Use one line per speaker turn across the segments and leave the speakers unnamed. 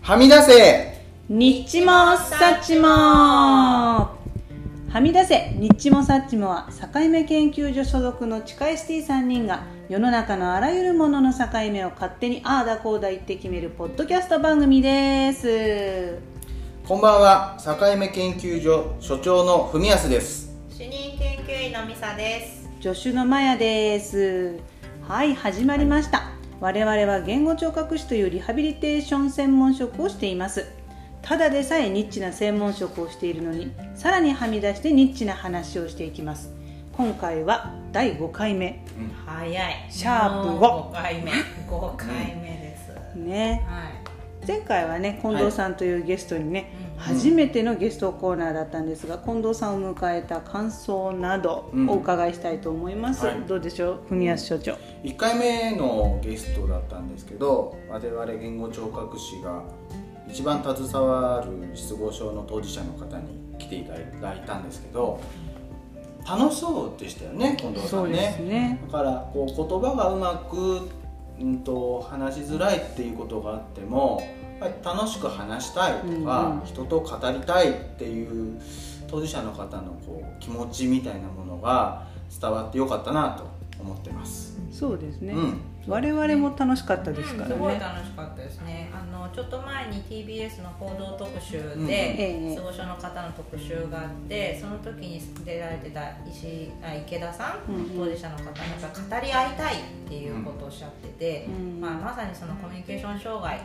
はみ出せ
ニッチもサッチもはみ出せニッチもサッチもは境目研究所所属の地下 ST3 人が世の中のあらゆるものの境目を勝手にああだこうだ言って決めるポッドキャスト番組です
こんばんは境目研究所所長の文康です
主任研究員のミサです。
助手のマヤですはい始まりました我々は言語聴覚士というリハビリテーション専門職をしていますただでさえニッチな専門職をしているのにさらにはみ出してニッチな話をしていきます今回は第5回目
早い。
シャープを
もう5回目。5回目です。
ね
はい。
前回はね近藤さんというゲストにね、
うん
初めてのゲストコーナーだったんですが近藤さんを迎えた感想など
うん
お伺いしたいと思います、
はい
どうでしょう文康所長
1回目のゲストだったんですけど我々言語聴覚士が一番携わる失語症の当事者の方に来ていただいたんですけど楽しそうでしたよね近藤さ
そうんです
ね
ね
だからこう言葉がうまく、うん、と話しづらいっていうことがあってもやっぱり楽しく話したいとか、
うんうん
人と語りたいっていう当事者の方のこう気持ちみたいなものが伝わってよかったなと思ってます。
そうですね、
うん
我々も楽しかったですか
うん
ら
すごい
ね、
楽しかったですね。あのちょっと前に TBS の報道特集
うん
ええ
で、総書の方の特集があって、その時に出られてた石あ池田さん、
うん
当事者の方が語り合いたいっていうことをおっしゃってて、
うん
まあまさにそのコミュニケーション障害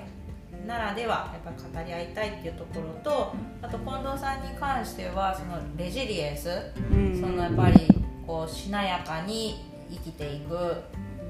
ならではやっぱり語り合いたいっていうところと、あと近藤さんに関してはそのレジリエンス。
うん
そのやっぱりこうしなやかに生きていく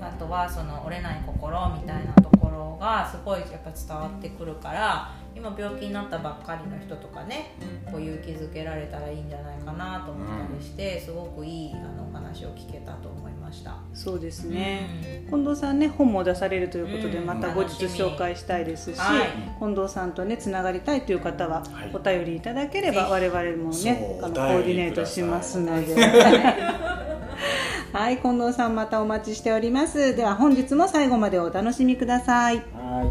あとはその折れない心みたいなところがすごいやっぱ伝わってくるから今病気になったばっかりの人とかねこう勇気づけられたらいいんじゃないかなと思ったりしてすごくいいあのお話を聞けたと思いました。
そうですね、近藤さんね本も出されるということで、
うん
また後日紹介したいですし、
はい
近藤さんとねつながりたいという方は
はい
お便りいただければ、我々もね
そう
あのコ
お便り
ーディネートしますのではい近藤さんまたお待ちしておりますでは本日も最後までお楽しみください
は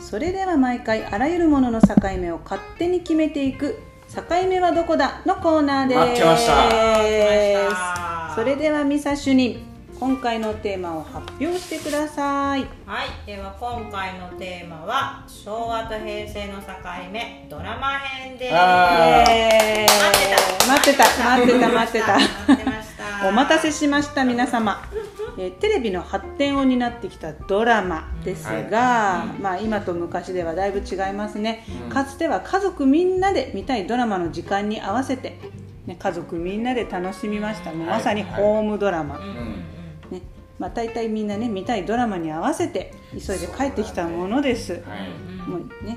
それでは毎回あらゆるものの境目を勝手に決めていく境目はどこだのコーナーです
待ってました
それではミサ主任今回のテーマを発表してください
はい、では今回のテーマは昭和と平成の境目ドラマ編です。
あー
えー待ってた待ってた待ってた
待ってました。
お待たせしました皆様、えーテレビの発展を担ってきたドラマですが、
は
まあ、今と昔ではだいぶ違いますね、かつては家族みんなで見たいドラマの時間に合わせて、ね、家族みんなで楽しみましたもう
はい
まさにホームドラマ、
うんうんうん。
ねまあ、大体みんなね見たいドラマに合わせて急いで帰ってきたものです、
い、
もうね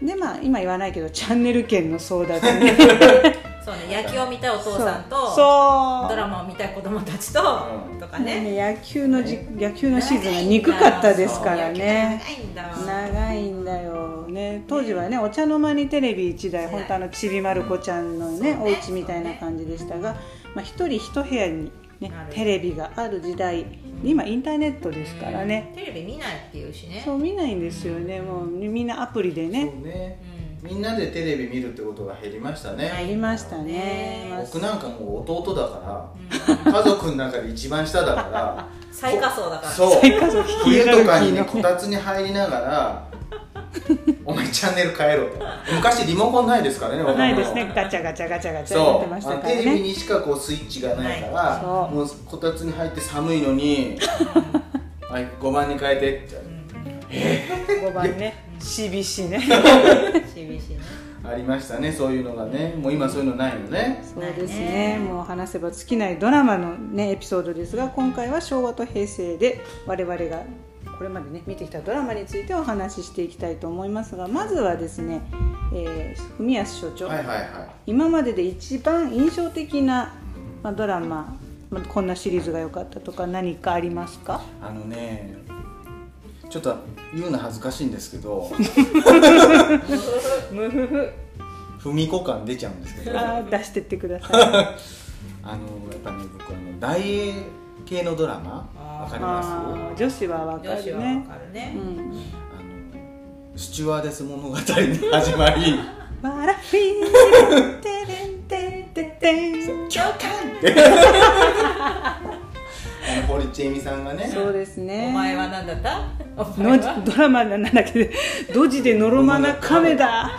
でまあ今言わないけどチャンネル権の争奪ね
そうね、野球を見たいお父さんと
そう
ドラマを見たい子供たちと、
うん
とかね
ね野球のじ野球のシーズンが憎かったですからね
そう野球長いんだわ
長いんだよね当時はねお茶の間にテレビ1台本当あのちびまる子ちゃんのね
そう
お
ね
家みたいな感じでしたが、まあ、一人一部屋に、ね
な、る
テレビがある時代今インターネットですからね、
テレビ見ないっていうしね
そう見ないんですよねもうみんなアプリでね
そうね
う
みんなでテレビ見るってことが減りましたね、
ありましたね、まあ
僕なんかもう弟だから、家族の中で一番下だから
最下層だから
そう
最下層聞き
冬
上がる
とかにね
聞き
こ
上がる
たつに入りなが ら「お前チャンネル変えろ」と昔リモコンないですからね僕も
ないですねガチャガチャガチャガチャやっ
そ
てまし
う、
た
あ
から
テレビ
ね
にしかこうスイッチがないから、
いそう
もうこたつに入って寒いの に「はい5番に変えて」って
5番ね CBC ね
厳しいね
ありましたねそういうのがねもう今そういうのないのね
そうですねもう話せば尽きないドラマの、ね、エピソードですが今回は昭和と平成で我々がこれまでね見てきたドラマについてお話ししていきたいと思いますがまずはですね、えー文康所長、
はいはいはい
今までで一番印象的な、まあ、ドラマ、まあ、こんなシリーズが良かったとか何かありますか
あのねちょっと言うの恥ずかしいんですけど
ムフフ
踏み子感出ちゃうんですけどあ
あー出してってくださ
のやっぱね僕あの大英系のドラマ
あ
わ
ー
か
い
ります
あー女子はわか
女子
る
はわ
ね
かるね
う、ん
あのスチュワーデス物語の始ま り
わらぴ ーてれんてんてんて
「
ん
教 官!」ってあの堀ちえみさんがね
そうですね
お前は何だったお前
の
は
ドラマなんだっけドジでのろまな亀だは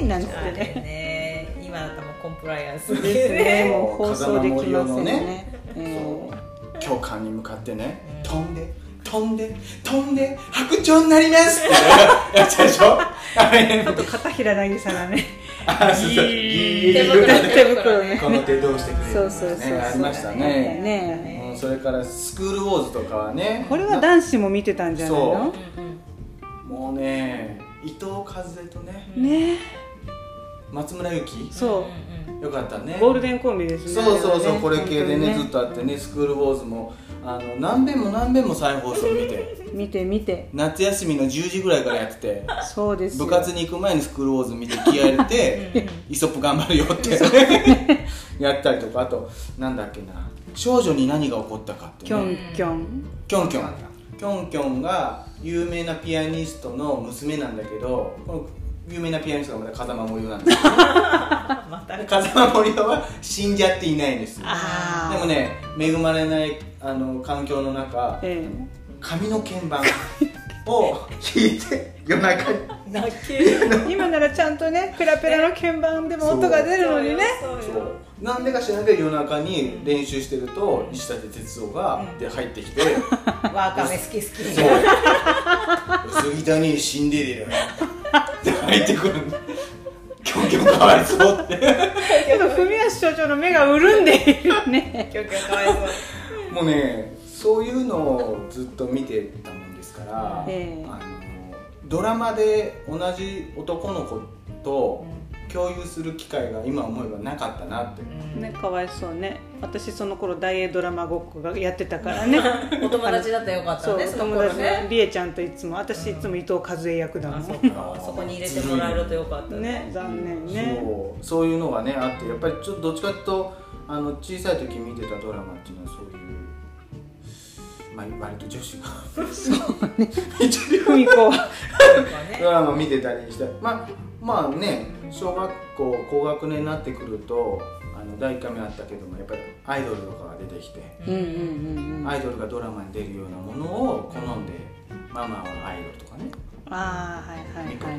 いなんつって
あれ
ね
ね今だったらもうコンプライアンス
ですねもう放
風
送
間
できませ
森夫の
んね
ね
えー
そう教官に向かってね飛んで飛んで飛んで白鳥になりますって やつでしょ あれ
あと片平渚がね
あそうそう
いい
手袋ね
手袋ね
この手どうしてくれる
そ
の
うそうそう
か
そう
ねありましたね
ね
うんそれから「スクールウォーズ」とかはね
これは男子も見てたんじゃないの
うんうん
もうね伊藤和恵とね
ね
松村ゆき
そ
うん
よかったね
うゴールデンコンビですね
そうそうそう、
れは
これ系でねずっ
本
とあってね「スクールウォーズも」あの何遍も何遍も再放送見て
当にね見て見て
夏休みの10時ぐらいからやってて
そうですよ
部活に行く前に「スクールウォーズ」見て気合入れ
うんう
て
ん
「イソップ頑張るよ」って やったりとかあとなんだっけな少女に何が起こったかって
キ
ね
ョンキョン
キョンキョンキョンキョンが有名なピアニストの娘なんだけどこの有名なピアニストがまた風間森夫 なんですけど
あまた
風間森夫は死んじゃっていないんですで
あー
もね恵まれないあの環境の中
ええ
紙の鍵盤を 弾いて夜中に
泣ける
今ならちゃんとねペラペラの鍵盤でも音が出るのにね
そう
そ
よ
うなんでか知らんけど夜中に練習してると西舘哲夫が
うん
で入ってきて
わかめ好き
「
好き
そう薄汚に死んでるよ」って入ってくるキョンキョンかわいそうって
けど文足所長の目が潤んでいるね
キョンキョンかわいそう
もうねそういうのをずっと見てたもんですから、
ええ
あのドラマで同じ男の子と共有する機会が今思えばなかったなって
う ん
ねかわいそうね私その頃大英ドラマごっこがやってたから ね
お友達だったらよかっ
そ
た
う
ね
お
の
友
頃
達
ね
りえちゃんといつも私いつも伊藤和恵役だも
あそうんかそこに入れてもらえるとよかった
ね残念ね
そうそういうのがねあってやっぱりちょっとどっちかっていうとあの小さい時見てたドラマっていうのはそういう、まあ、割と女子がそうね
文子は
そうかね
ドラマ見てたりしてまあまあね小学校高学年になってくるとあの第1回目あったけどもやっぱりアイドルとかが出てきて、
うんうんうんうん
ア
あ
イドルがドラマに出るようなものを好んで、ママはアイドルとかね
あーはいはいはい、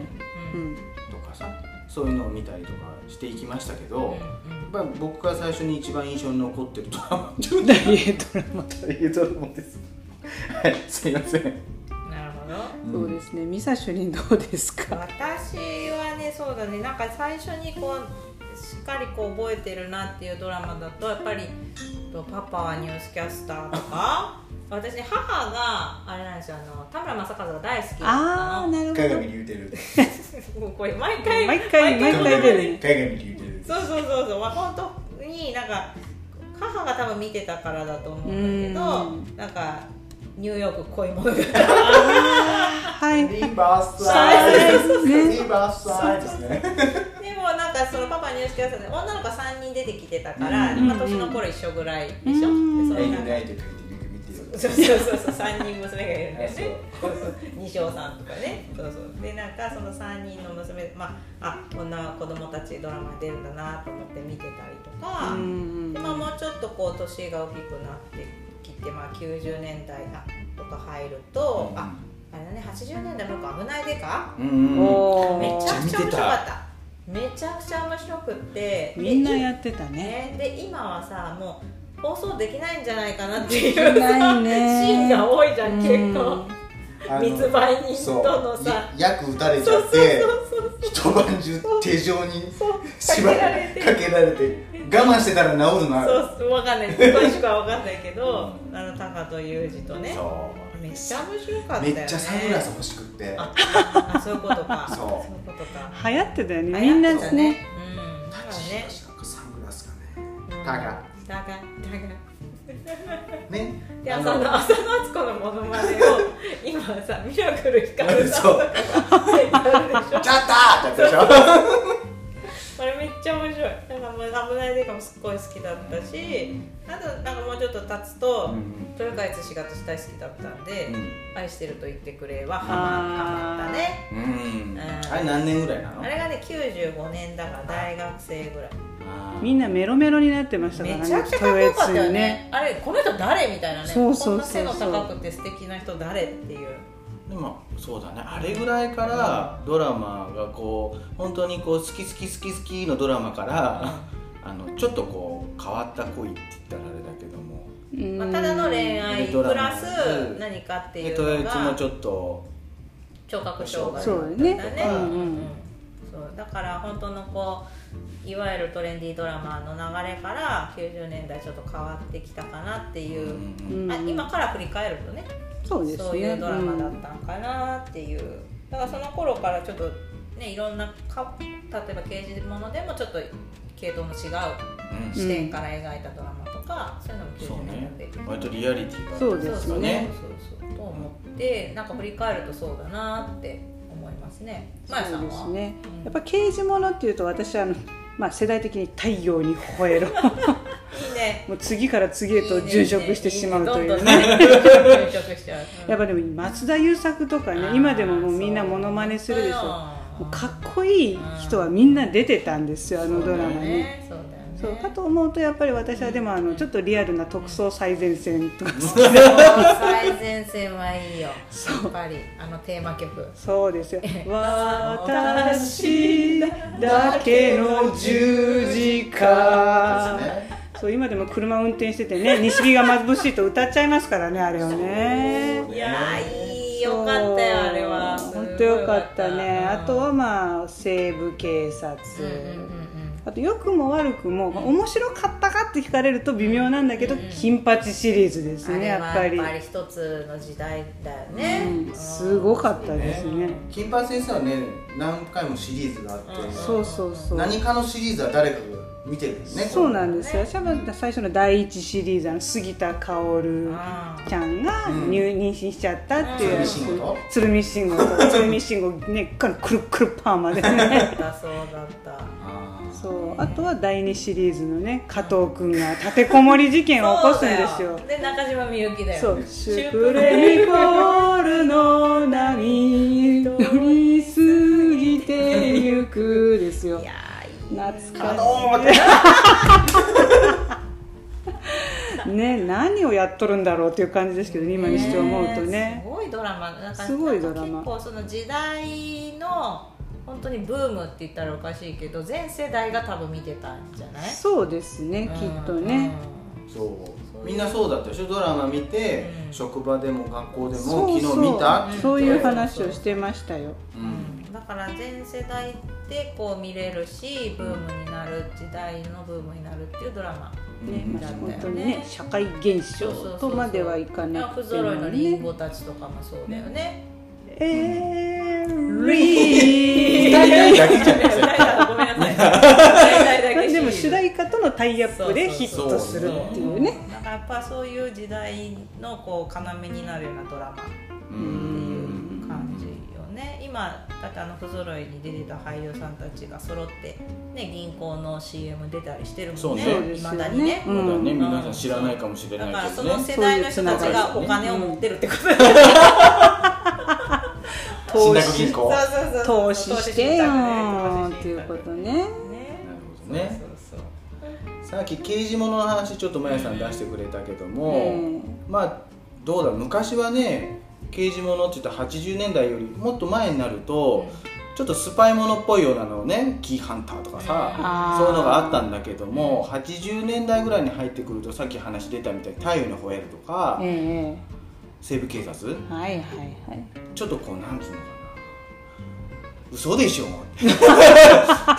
う
うん
ん、
とかさそういうのを見たりとかしていきましたけど、
うん
や
う
っ
ん
ぱり僕が最初に一番印象に残ってるドラマっていうのは
大英ドラマ
というドラマです。はい、すいません。
なるほ
そ
ど
うですねミサ主任どうですか
私はねそうだねなんか最初にこうしっかりこう覚えてるなっていうドラマだとやっぱりと「パパはニュースキャスター」とか私母があれなんですよあの田村正和が大好きだった
ああ
の
なるほど
隆うてる。
もうこれ毎回
毎回毎回出るね
鏡流てる
そうそうそうそう、まあ、本当になんか母が多分見てたからだと思うんだけど
うん
なんかニューヨーク恋物語
はい
リバー
サイ
ズ
ズね
リバーサイズですね。
でもなんかそのパパ入試教室で女の子3人出てきてたから、
うん
まあ、年の頃一緒ぐらいでしょ、
うん
でそれなんか
いとか言って見てる
そうそうそうそう3人娘がいるんだよ
そう
ね二条さんとかねそうそうでなんかその3人の娘まああこんな子供たちドラマに出るんだなと思って見てたりとか、
うん
でまあ、もうちょっとこう年が大きくなってきて、まあ、90年代とか入ると、ああれだね80年代僕危ないでか
うんうん。
お
めちゃ
ー
くちゃ面白かっためちゃくちゃ面白くって
みんなやってたね
ねで今はさもう放送できないんじゃないかなっていう
ないね
シーンが多いじゃん結構
あの
密売人との
そう
さ
い薬打たれち
そ
ゃ
う
っ
そう
て
そうそう
一晩中手錠に
そう
縛
かけられ
ら
て
かけられて我慢してたら治るのある
そうそうわかんない詳しくはわかんないけどあの高と裕二とね
そう
めっちゃ面白かった
め
よね
っちゃサングラス欲しくって
ああそういうことか
そう
いうことか
流行ってたよねみんな
流行ってた
ね
うんだからね
なんかサングラスがね高
だがだが
ね
で
あ
あ
の
の浅野敦子のモノマネを今さミラクル光るさんとかやるでしょ
ちゃったーってやったでし ょ
あれめっちゃ面白いなんかもう危ないデカもすっごい好きだったしあとなんかもうちょっと経つと、
うん
豊川悦司が私大好きだったんで、愛してると言ってくれ」はハマ
あー
ハマったね
うん、うん
ん
あれ何年ぐらいなの
あれがね95年だから大学生ぐらい
あー
みんなメロメロになってましたから
め
ね
ちゃくちゃかっこよかった
豊
よ
悦
ね
ね
あれこの人誰みたいなね
そうそうそうそう
こんな背の高くて素敵な人誰っていう
でもそうだねあれぐらいからドラマがこう本当にこう好き好き好き好きのドラマから、あのちょっとこう変わった恋って言ったらあれだけども
うん
まあ、ただの恋愛プ
ドラマ
ラス
うん
何かって
で
いう
豊
の
悦もち
が
ょっと
聴覚障害
そう
だ
だよ
ったん
ね
だ
う
ね
ん
うん
そうだから本当のこういわゆるトレンディードラマの流れから90年代ちょっと変わってきたかなっていうう、
ん
うん
あ今から振り返るとね
そうですね
そういうドラマだったんかなっていう、だからその頃からちょっとねいろんなか例えば刑事ものでもちょっと系統の違う
うん
視点から描いたドラマとか、そういうのも
そ
90
う
年
ね
代で
割とリアリティが
そうですよね
そうそうそうと思ってなんか振り返るとそうだなって思いますね。まやさ
そうんで
は
すね
うん
やっぱ刑事ものっていうと私はあの、まあ、世代的に「太陽に吠え ろ」
いいね。
もう次から次へと殉職してしまうというね
ね。いいねどんどんね殉職しちゃう。
やっぱでも松田優作とか
あ
ね
ー
今でももうみんなモノマネするでし
そう
ょもうかっ
よ
こいい人はみんな出てたんですよあのドラマに。
ねそうだよね。
そうかと思うとやっぱり私はでもあのちょっとリアルな特捜最前線とか
最前線はいいよやっぱりあのテーマ曲
そうですよ私だけの十字架そう今でも車運転しててね西日が眩しいと歌っちゃいますからねあれをね
いやーいいよかったよあれは
そう本当よかったねあとはまあ西部警察、
うんうんうん
あと良くも悪くも、まあ面白かったかって聞かれると微妙なんだけど、金八シリーズです
うんあ
ね
れ
やっ
は
ぱ
やっ
り
ぱり一つの時代だよね
うん、すごかったですね、
金八先生はね何回もシリーズがあって、
うん
そうそうそう
何かのシリーズは誰かが見てるんですね
そうなんですよ、私は最初の第一シリーズあの杉田薫
あー
ちゃんが
うん
入妊娠しちゃったっていうやつ、
鶴見慎吾と
鶴見慎吾と鶴見慎 吾ねからくるっくるパーマで ね
だったそうだった
あー
そうあとは第二シリーズのね加藤君が立てこもり事件を起こすんですよ
そうだで中島みゆきだよ
そう「シュプレミコールの波乗りすぎてゆく」ですよ
いやー
懐かしい
あのーって
ね何をやっとるんだろうっていう感じですけど、ね、今にして思うとね
すごいドラマなんか
すごいドラマ
なんか結構その時代の本当にブームって言ったらおかしいけど全世代が多分見てたんじゃない
そうですねきっとね、
そうみんなそうだったでしょドラマ見て、
うん
職場でも学校でも
そう
昨日見たって言って
そういう話をしてましたよ
う
うんうん
ん
だから全世代でこう見れるしブームになる時代のブームになるっていうドラマ
ね、
うん
まあ、
だったよね
本当にね社会現象とまではいかなくて
不揃い
も
のリン
ね
ゴたちとかもそうだよね
えー リ
大
ー
体だけじゃん
世 代だごめんなさい世代だけシリーズ
でも主題歌とのタイアップでヒットするっていうね
なんかやっぱそういう時代のこう要になるようなドラマって
う
いうん感じよね今だってあの不揃いに出てた俳優さんたちが揃って、ね、銀行の CM 出たりしてるも
そう
んね
ね
いまだにね,、
そうで
そうだ
すよね
ね、
うん
皆さん知らないかもしれ
だ
な
から
いけ
そ
ど
の
ね
世代の人たちがお金を持ってるってことだよね
信
投
託
資
銀行なる
そうそうそう
投資してよーっていうことね
ほどね
そうそうそう
さっき刑事物の話ちょっとまやさん出してくれたけども、
うん
まあどうだ昔はね刑事物って言ったら80年代よりもっと前になると、ちょっとスパイものっぽいようなのをねキーハンターとかさ
あー
そういうのがあったんだけども80年代ぐらいに入ってくるとさっき話出たみたいに「太陽に吠える」とか
え
「西部警察」
えはいはいはい
ちょっとこうなんつうのかな嘘でしょ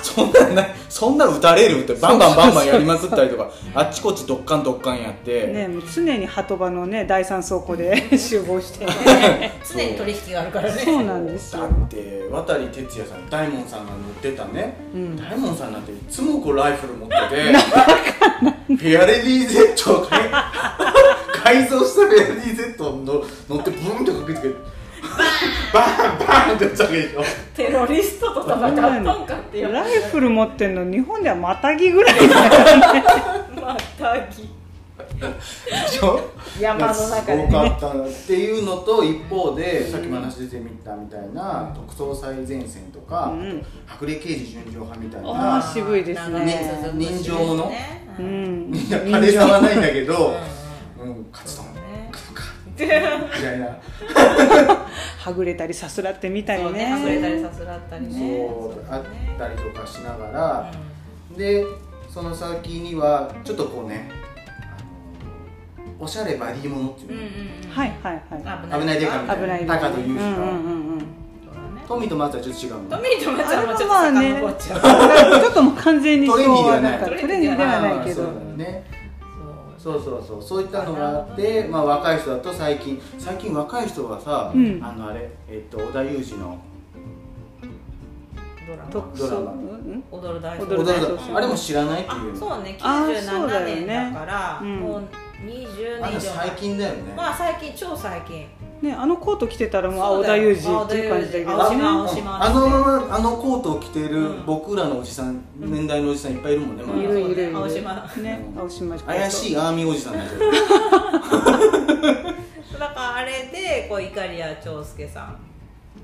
そんなんなそんな打たれるってバンバンバンバンやりまくったりとかあっちこっちドッカンドッカンやって、
ね、もう常に鳩場のね第三倉庫 で集合して
そう
常に取引があるからね
そうなんです
だ
よ
って渡哲也さん大門さんが乗ってたね、大門 さんなんていつもこうライフル持っててフェアレディ Z を買い改造した LDZ の乗ってブーンってかけつけてバーンバーンってやったわけでしょ
テロリストと戦ったんかってや
ライフル持ってんの日本ではまたぎぐら いだよ
またぎ
でしょ
山の中でね
すごかったっていうのと一方でさっきも話出てみたみたいな特捜最前線とか、
うん
白麗刑事純情派みたい
あ
な
ー渋いですね
人情の
う
うん
ん
いや派手さはないんだけど、うん、勝つと
そ
思
うね
うか
で
みたいな
はぐれたりさすらってみたり
そうね
ね
はぐれたりさすらったりね
そうあ
だ
っ
ね
たりとかしながら、でその先にはちょっとこうねあのおしゃれバディものって
うん
いううんの、
うん
はいはいはい
危
危ないデカみたい
危ない
高野裕二が
うんうんうんうん
ト
富と松はちょっと違うの
ミーとマちゃんもちょっと
あれはまあね
遡っちゃう
ちょっともう完全に
トレンディーでは
な
なんい
かトレンディーではないけど
あーそうだね
そう
そうそうそうそういったのがあって、まあ、若い人だと最近最近若い人はさ、
うん
あのあれ、えっと織田裕二の
ドラマ
特
ドラマ
捜うん
踊る大
踊る大
踊
捜
る
査
あれも知らないってい
あ
う
そうね
あーそうだ
97
よね
年だから
うん
もう20
ま
年以
だ
上
最近だよね、
まあ最近超最近
ねあのコート着てたらもうあ
そ
織
うだ
田
よ
裕二っていう感じだけ
青
ど
島
ね
青島
あのままあのコートを着てる
うん
僕らのおじさん、年代のおじさんいっぱいいるもんね、まだ
いるいるいる
青島
ね青島
怪しいアーミーおじさんだけど
だからあれでこうイカリア長介さん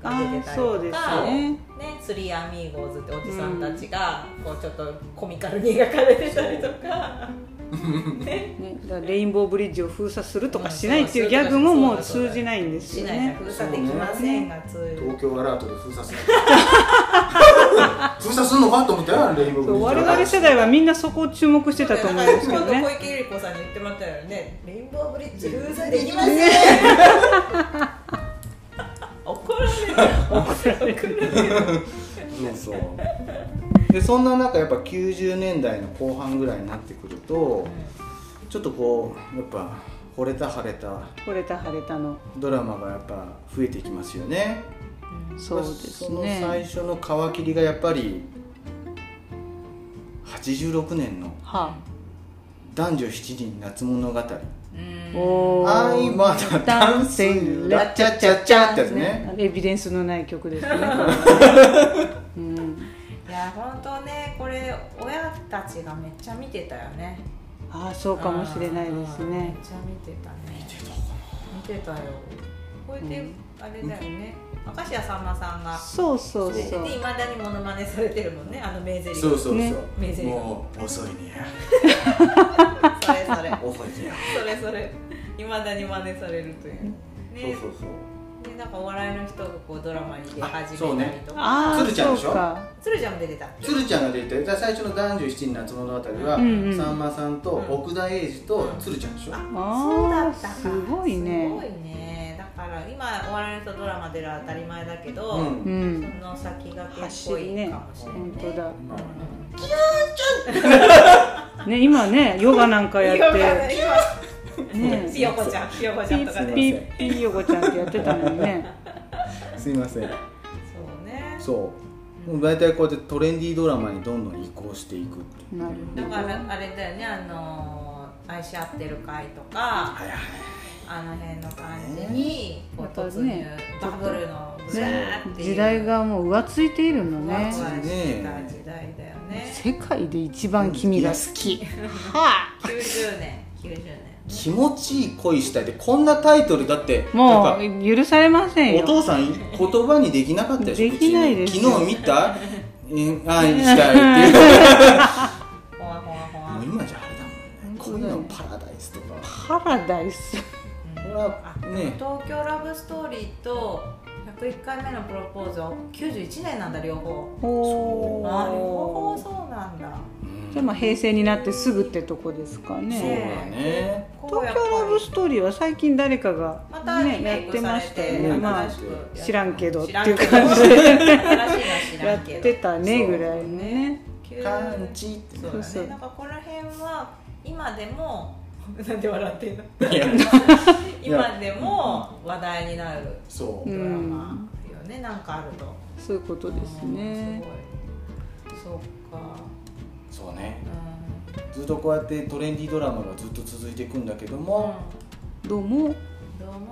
が
あ
出
ー
てたり
そう
と
です
か
ね
ね、スリーアミーゴーズっておじさんたちがこうちょっとコミカルに描かれてたりとか、
ねだからレインボーブリッジを封鎖するとかしないっていうギャグももう通じないんです
市
よ
内が
ね
封鎖できませんが通 じる
東京アラートで封鎖する 封鎖するのかと思ったよレインボーブリッ
そう
ジ
我々世代はみんなそこを注目してたと思うんですけど
なんか
ね
小池百合子さんに言ってもらったよねレインボーブリッジ封鎖できません怒られる
そうそうでそんな中やっぱ90年代の後半ぐらいになってくるとちょっとこうやっぱ惚れた晴れた
惚れた晴れたの
ドラマがやっぱ増えてきますよね
そうです
その最
ね
初の皮切りがやっぱり86年の
は
「男女7人夏物語」
うん
あお
あいまだダンスラチャチャチャってやつね
エビデンスのない曲 ですねうん
いや本当ねこれ親たちがめっちゃ見てたよね
ああそうかもしれないです
うんめっ
ね
ちゃ見てたね見てたよこれであれだよね明石家さんまさんが
そうそう
で
そう
いまだにモノマネされてるもんねあの名ゼリフ
そうそうそう、
ね
名台詞
もう遅いね
それ
遅
それ
いね
それそれいまだに真似されるというね
そうそうそう
でなんかお笑いの人がこうドラマに出始
あ
め
そう
たり
ね
とか
ああ
鶴ちゃんでしょ
そうか
鶴ちゃんも出てた
鶴ちゃんが出てた最初の「男女七人夏物語は」
うんうん
さんまさんと奥田瑛二と鶴ちゃんでしょ、
そうだったか
あーすごいね
すごいねだから今お笑いの人ドラマ出る当たり前だけど、
うん
う
そ
ん
の先が結
走
構
り
いい
ね
かもしれない、
本
ね、
当だ
まあ
ね今ねヨガなんかや
ひよこ
ってね
ひよこちゃんひよこち
ピ
ゃんとか
ー
ね
ピーピーヨコちゃんってやってたのにね
すいません
そうね
そうもう大体こうやってトレンディードラマにどんどん移行していくっていう
なる
だからあれだよねあのー愛し合ってる会とか
はいはい
あの辺の感じにこ
ま
う
た
突入、
ね
バブルのブラ
ね
ーっていう、
時代がもう浮ついているの
ふわふわ
ね
してた時代だよね
世界で一番君が好きは
90年90年
気持ちいい恋したいってこんなタイトルだって
あも
なんか
う許されません
お
よ
父さん言葉にできなかったでしょ
できないです
う
よ
ちに昨日見たえ愛したいっていう
ほわほわほわ
もう今じゃあれだもんねこういうのパラダイスとか
パラダイス
これ
あ
はね
東京ラブストーリーと101回目のプロポーズは91年なんだ両方
お
あ両方
ー
そうなんだ
じゃあまあ平成になってすぐってとこです
そ
か
う
ね
だね
東京ラブストーリーは最近誰かが
またリ
ね
メ
や
イ
っ
ク
て
さ
ま
れ
したよ
て
ねまあ
新しくやっ
知らんけどって
知らん
い
け
う
ど
感じで
新しいのは知ら
や
ん
っ
けど
てたねぐらいのね
90
感じって
そうだ
そうそう
ねなんかこの辺は今で もなんで笑ってんの
いや
今でも話題になる
そう
ド
う
ラ
ん
マよね、なんかあると
そういうことですね
うんすごいそうか
そうね
うん
ずっとこうやってトレンディードラマがずっと続いていくんだけども、
どうも
どうも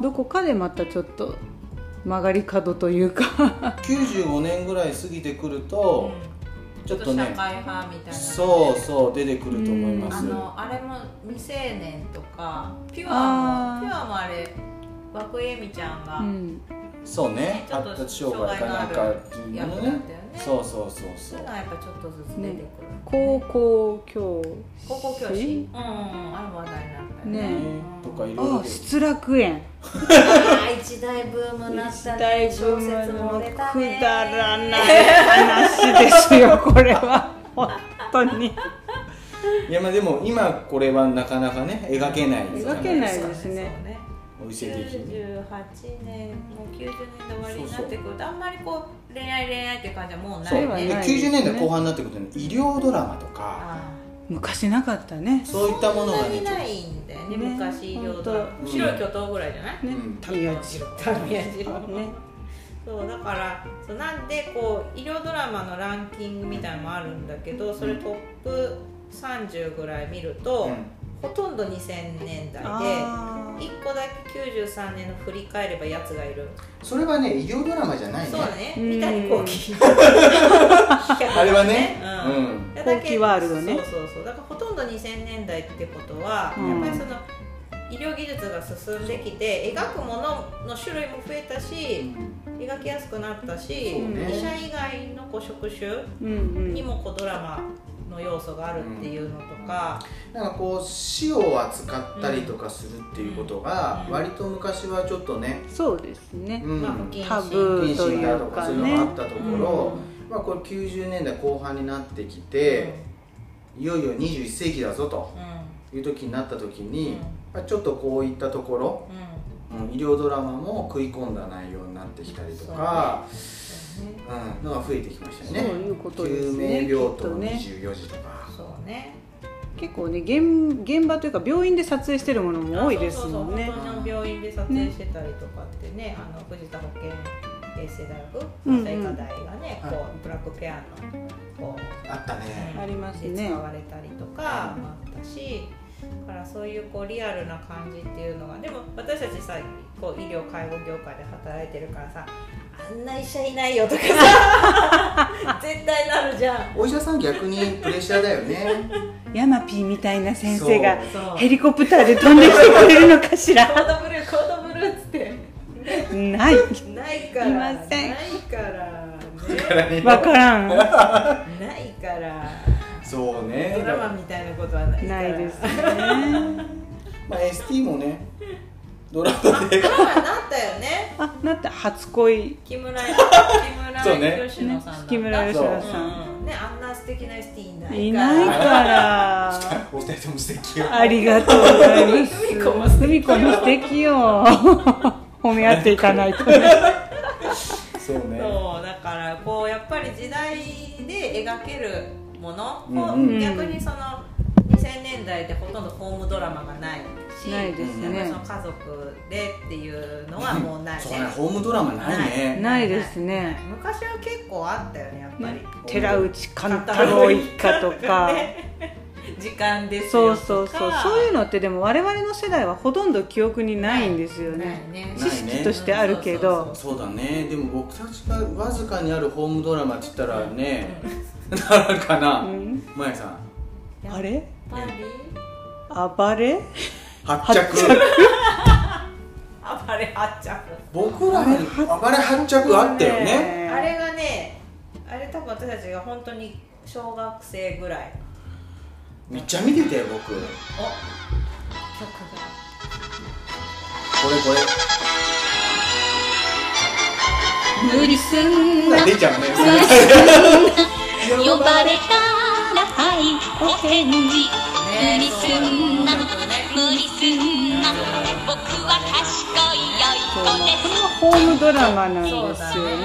どこかでまたちょっと曲がり角というか
95年ぐらい過ぎてくると、
うん
ち
ち
ょ
ょ
っ
っ
と
と
ね
社会派みたいな
そうそう出てくると思いま
あ
す
のあれも未成年とかピュ
あ
ア
ー
もピュアもあれ涌井絵美ちゃんが、
うん
そうね
ねちょっと
発達障害かなんかっていうの
障害のある役
ね
だったよね
そうそうそう
そ
そう
いう
う
のはやっぱちょっとずつ出てくる、
高校教師
高校教師うんうんうんあれも話題になったよね
ね
ねとかいろい
あ
ろ
あ失楽園
あー 一大ブームになっ
一
た
大
ね
ブ
小
ー
説
ム
も
の
出
く
たね
だらない話ですよこれは 本当に
いやまあでも今これはなかなかね描けないじゃ
描けない
ですか
ですね
そうね
お店的に
98年もう90年代終わりにな
そうそう
ってくるとあんまりこう恋愛恋愛っていう感じはもうな
そう
い
で
はない
ね
90年代後半になってくるとね医療ドラマとか
あ
昔なかったね
ー
そういったものが
そんな
ね
にないんだよね
ね
昔いろいろ
ほ
んと
白い巨頭ぐらいじゃない、
ね
うん
宮城
宮城
ね
そうだからそうなんでこう医療ドラマのランキングみたいのもあるんだけどそれトップ30ぐらい見ると、
うん
ほとんど2000年代で
あー
1個だけ93年の振り返ればやつがいる
それはね医療ドラマじゃないね
そうだね
うん
三谷幸喜
あれはね
うん
うん
だけ
幸喜ワールドね
そうそうそうだからほとんど2000年代ってことは、
うん
やっぱりその医療技術が進んできて描くものの種類も増えた
う
し
ん
描きやすくなったし、
そう
ね
医者以外のこう職種
うん
にもこうドラマの要素があるっていうのとか、
なんかこう死を扱ったりとかするっていうことが
うん
割と昔はちょっとね、
そうですね
うん
まあ不謹
タ
慎
ブー
謹
と
慎
い
だ
う
とか
か
そういうのがあ
ね
ったところ、まあこれ90年代後半になってきて、いよいよ21世紀だぞと
うん
いう時になった時に、
うん
まあ、ちょっとこういったところ
うんうん
うん医療ドラマも食い込んだ内容になってきたりとか、
そうね
うん、のが増えてきましたよ
そう
ね。
いうことです
救
ね
命
きっ
病棟
とね
24時とか、
そうね
結構ね現現場というか病院で撮影してるものも多いですもんね
あそうそうそう本当に病院で撮影してたりとかってね、あの藤田保健衛生大学
うんうん
藤田医科大がね、こ
は
うブラックペアのこ
あった
う、
ね。
ありますね
で使われたりとかもあったし。だからそういうこうリアルな感じっていうのがでも私たちさこう医療介護業界で働いてるからさあんな医者いないよとか さ絶対なるじゃん
お医者さん逆にプレッシャーだよ ね。
ヤマピーみたいな先生が
そう
ヘリコプターで飛んできてくれるのかし
コ
ら
ードブルーコードブルーっつって
ない
ないから
いません
ないから
だからね
わからん
ねないから
そうね。
ドラマみたいなことはないから
ないですね。
まあ ST もね、ドラマで
ドラマになったよね
あ、なった初恋。
木村木
そうね
村佳乃さんだった
木村佳乃さん
うんねあんな素敵な ST いないから
いないから。
お二人とも素敵よ。
ありがとうございます。
ふみこも素敵
ふみこも素敵よ。褒め合っていかないとね。
そうね。
そうだからこうやっぱり時代で描けるものを、
うんうん
逆にその2000年代でほとんどホームドラマがないし
ないですね
やっぱりその家族でっていうのはもうない
そうね。ホームドラマないね。
ないですね。
昔は結構あったよねやっぱり、
寺内貫太郎一家とか。
時間です
そう
よとか
そうそう。そういうのってでも我々の世代はほとんど記憶にないんですよね。
ね
知識と
してあるけど
そうだね。でも僕たちがわずかにあるホームドラマって言ったらね、なるかな。
ん
まやさん、
あれ
パリ
暴れ
発着。
あれあっちゃ
僕らに暴れ発着あったよね。
うあれがねあれ多分私たちが本当に小学生ぐらい
めっちゃ見てたよ僕。こ
お曲が
れこ
無理すんな
れ。出ちゃうね。
呼ばれたらはいお返事無理すんな無理すんな僕は
そう
賢
ない
よい子
の
で
こ
す
れがホームドラマなんですよね。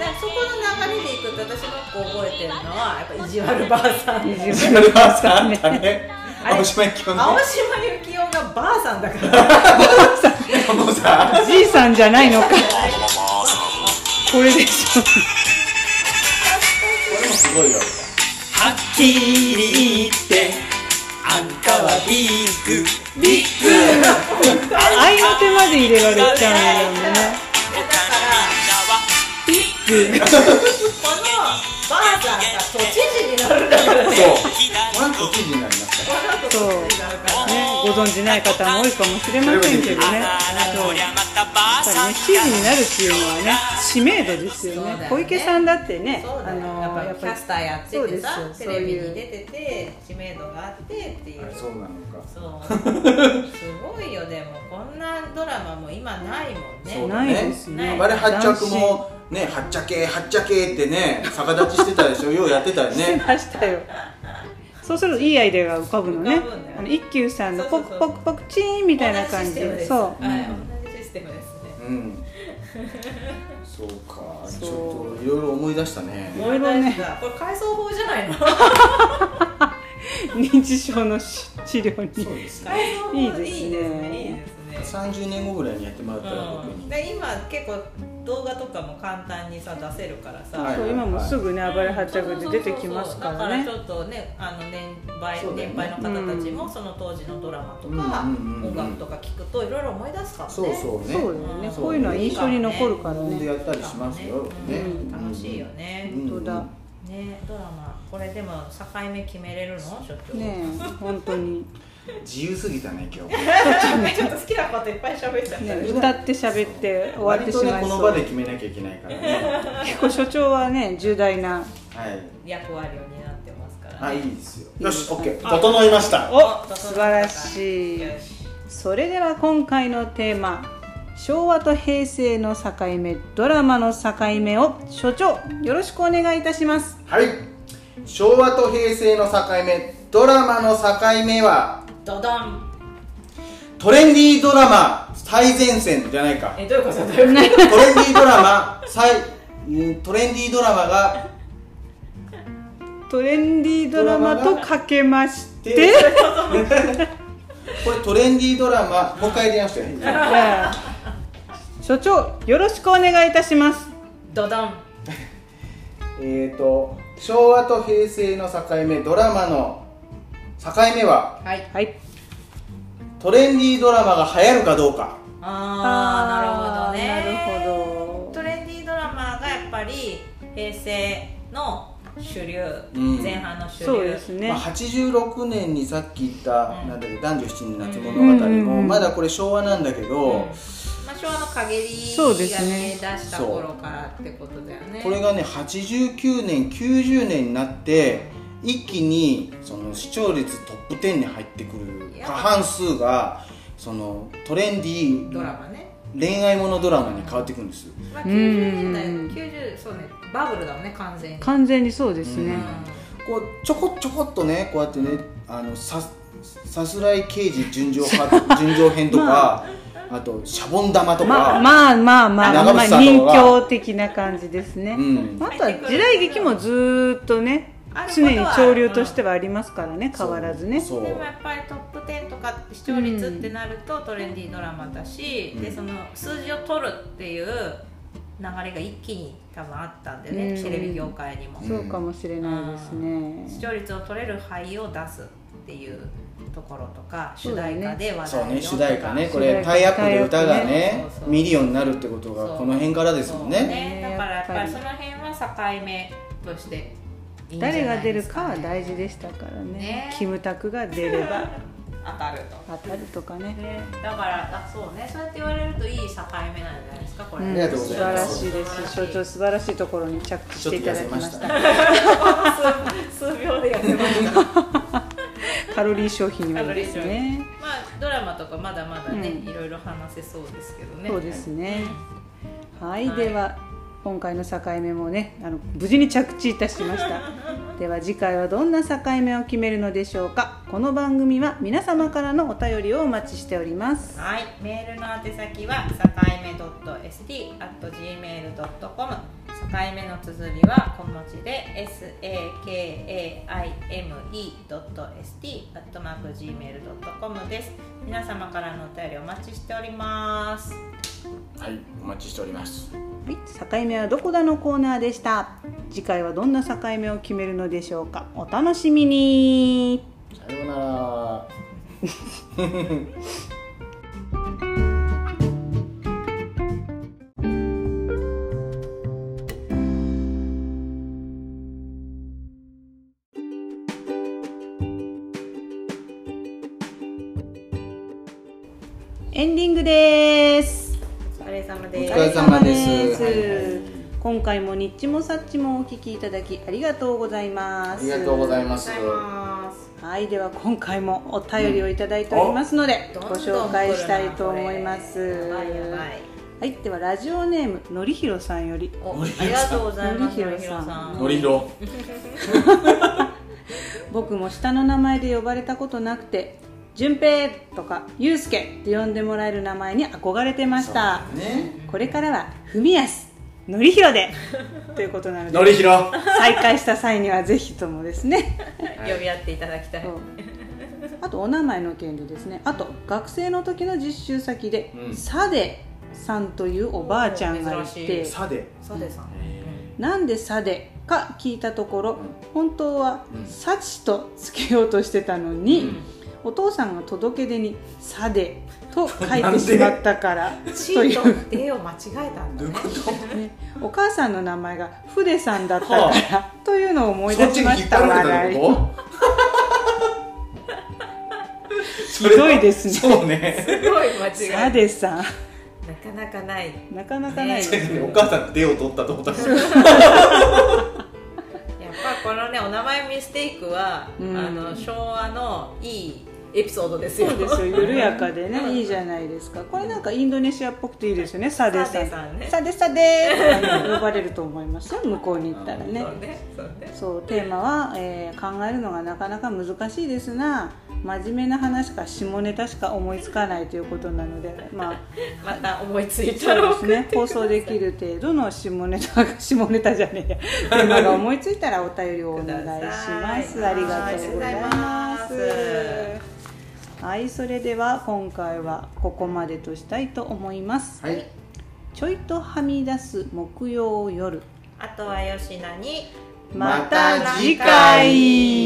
だからそこの流れでいくと私がこう覚えてるのはやっぱ意地悪ばあさん
いじめ
それはさあったね。青島行きよね。
青島由紀夫がばあさんだから
もうさ、
じいさんじゃないのか。これでしょ。
これもすごいよ。
はっきり言ってあんたはビッグビッグあん
手まで入れられちゃうんだよね
このばあちゃんが都知事になるんだからね
そうなんと記事になりますから
そうねご存じない方も多いかもしれませんけどねそうやっぱりね知事になるっていうのはね知名度ですよ
そうだよ
ね
ね
小池さんだってね
そう
あ
だよ
の
やっぱりキャスターやって
そうで
て
す
さ
よ
テレビに出てて知名度があってっていう
あそうなのか
そうすごいよでもこんなドラマも今ないもんね
そうだ
ないで
ね
すね
あれはっちゃくもねはっちゃけはっちゃけってね逆立ちしてたで しょようやってたよ
して
ね
ましたよそうするといいアイデアが浮かぶのね
浮かぶんだよ
あの一休さんの
そ
ポ
うそうそ
ク
う
ポクポクチーンみたいな感じ
同じシステムで
ですそ
は
う
い、
ん
同じシステムですね
うんそうか
そう
ちょっといろいろ思い出したね
いろいろね
これ改装法じゃないの
う認知症のし治療に
そうですね
改装法
いいですね
いいですね
30年後ぐらいにやってもらったら僕
うん、
に
で今結構動画とかも簡単にさ出せるからさ、
はい
そう今もすぐね暴れはっちゃくで出てきますからね
そうそうそうそうだからちょっとねあの年配
そうだよ
年
ね
配の方たちもその当時のドラマとか、
うんうんうんうん
音楽とか聞くといろいろ思い出すからね
そうそうね
そうよねこういうのは印象に残るから
で
ね
やったりしますよね
うん
楽しいよね、
うん
本当だ
ねドラマこれでも境目決めれるの所長
ねえ本当に
自由すぎたね今日
ちょっと好きなこといっぱい喋っちゃっ た
ね歌って喋って終わってしま
割と
い
ねこの
そ
場
う
で決めなきゃいけないから ね
結構所長はね重大な
はい
役割を担ってますから、
あいいですよよし
うん
OK 整いました
お素晴らしい
よし
それでは今回のテーマ昭和と平成の境目ドラマの境目を所長よろしくお願いいたします
はい昭和と平成の境目ドラマの境目は
ドドン
トレンディードラマ最前線じゃないか
えどういうことどういうこと
トレンディードラマ最うんトレンディードラマが
トレンディードラマとかけまして
で これトレンディードラマもう一回やりましたよね
じゃあ所長よろしくお願いいたします
ドドン
えーと昭和と平成の境目ドラマの境目は
はい
はい
トレンディードラマが流行るかどうか
ああなるほどね
なるほ
ト
ど
レンディードラマがやっぱり平成の主流、
うん
前半の主流
そうですね
まあ、86年にさっき言った「なんだっけ男女七人夏物語」
うんうん
も
うん
まだこれ昭和なんだけ
うん
ど、
まあ、昭和の陰
そうで
りが
す
見
ね
え出した頃からってことだよね
これがね89年90年になって一気にその視聴率トップ10に入ってくる過半数がそのトレンディ
ドラ
ー
マね、
恋愛ものドラマに変わっていくんですよ
まあ、
うん
90年代90そうねバブルだもんね完全に
完全にそうですね、
こうちょこちょこっとねこうやってねあのささすらい刑事純情 派純情編とか、あ、とシャボン玉とか、
まあまあまあまあ、
長
まあ、
渕さん
人
の方が
狂的な感じですね、
うん
あとは時代劇もずーっとね
あること
常
は
に潮流としてはありますからね変わらずね
そう
でもやっぱりトップ10とか視聴率ってなるとトレンディードラマだし、
うん
でその数字を取るっていう流れが一気に多分あったんでね、
うん
テレビ業界にも、
ん
そうかもしれないですね
視聴率を取れる俳優を出すっていうところとか主題歌で話題
そう
を
ね
とか
主題歌ねこ
主題
れ
歌
タイアップで歌がね
そうそう
ミリオンになるってことがこの辺からですもん
そう
ね
ねだからやっぱりその辺は境目としていいんじゃ
誰が
な
出
いで
る
す
か
ね
は大事でしたからね
ね
キムタクが出れ ば
当たると
当たるとかね
ね、だからあそうねそうやって言われるといい境目なんじゃないですかこれ、
うん
ありがとうございます
素晴らしいです所長素晴らしいところに着地し
ちょって
い
と
た
痩
だ
せ
き
ま
まし
したた
数秒でやってますから
カロリー消費にはいいです
カロリー
ね
まあドラマとかまだまだね、
うん
いろいろ話せそうですけどね
そうですねはい、
はい
では今回の境目もねあの無事に着地いたしま したでは次回はどんな境目を決めるのでしょうかこの番組は皆様からのお便りをお待ちしております
はい、メールの宛先は境目 .sd.gmail.com 境目の綴りは小文字で sakaime.sd.gmail.com です皆様からのお便りお待ちしております
はいお待ちしております
はい、境目はどこだのコーナーでした次回はどんな境目を決めるのでしょうかお楽しみに
さようなら
エンディングです
お疲れ様
お
です
疲れ様です
お疲れ様です
はいはい
今回もニッチもサッチもお聞きいただきありがとうございま
あ
す
りがとうござい
ありがとうご
ます
ざいます
はいでは今回もお便りをいただいておりますので、
どんどん
ご
来るな
紹介したいと思います
やばいやばい
はいではラジオネームのりひろさんより
お
のりひろさん
ありがとうございます
のりひろさん
のりひろ
僕も下の名前で呼ばれたことなくて純平とかゆうすけって呼んでもらえる名前に憧れてました
ね
これからはふみやすのりひろでということなので
のりひろ
再開した際にはぜひともですね
呼び合っていただきたい
そうあとお名前の権利ですねあと学生の時の実習先で、
うん
サデさんというおばあちゃんがい
珍しい
て
さで
そうですさん
なんでサデか聞いたところ本当は
うん
サチとつけようとしてたのに、
うん
お父さんが届け出に「さで」と書いてしまった から
チ
とい
ー
う、
とデーを間違えたん
ど
だ
うい
ね
うこと
ね、お母さんの名前がフデさんだったから、というのを思い
そっ
出
ち
しま
に引
し
った張られ
笑
て
い
たのこと
ひどいですね
そうね
すごい間違え
さでさ
たなかなかない
んなかなかないです
ね
お母さんの手を取ったと思ったら
やっぱこのねお名前ミステイクは、
うん
あの昭和のいいエピソードですよ
そうですよ緩やかでねいいじゃないですかこれなんかインドネシアっぽくていいですよねサデさん
サデさんね
サデサデとかね呼ばれると思いますよ向こうに行ったらね
そうねそうね
そうテーマは、えー考えるのがなかなか難しいですが真面目な話か下ネタしか思いつかないということなのでまあ
また思いついた
そう
ら
ですね放送できる程度の下ネタが下ネタじゃねえやテーマが思いついたらお便りをお願いします
くださ
あ
い
りがとうございま
ありがとうござい
すはいそれでは今回はここまでとしたいと思います、
はい
ちょいとはみ出す木曜夜
あとは吉野に
また次回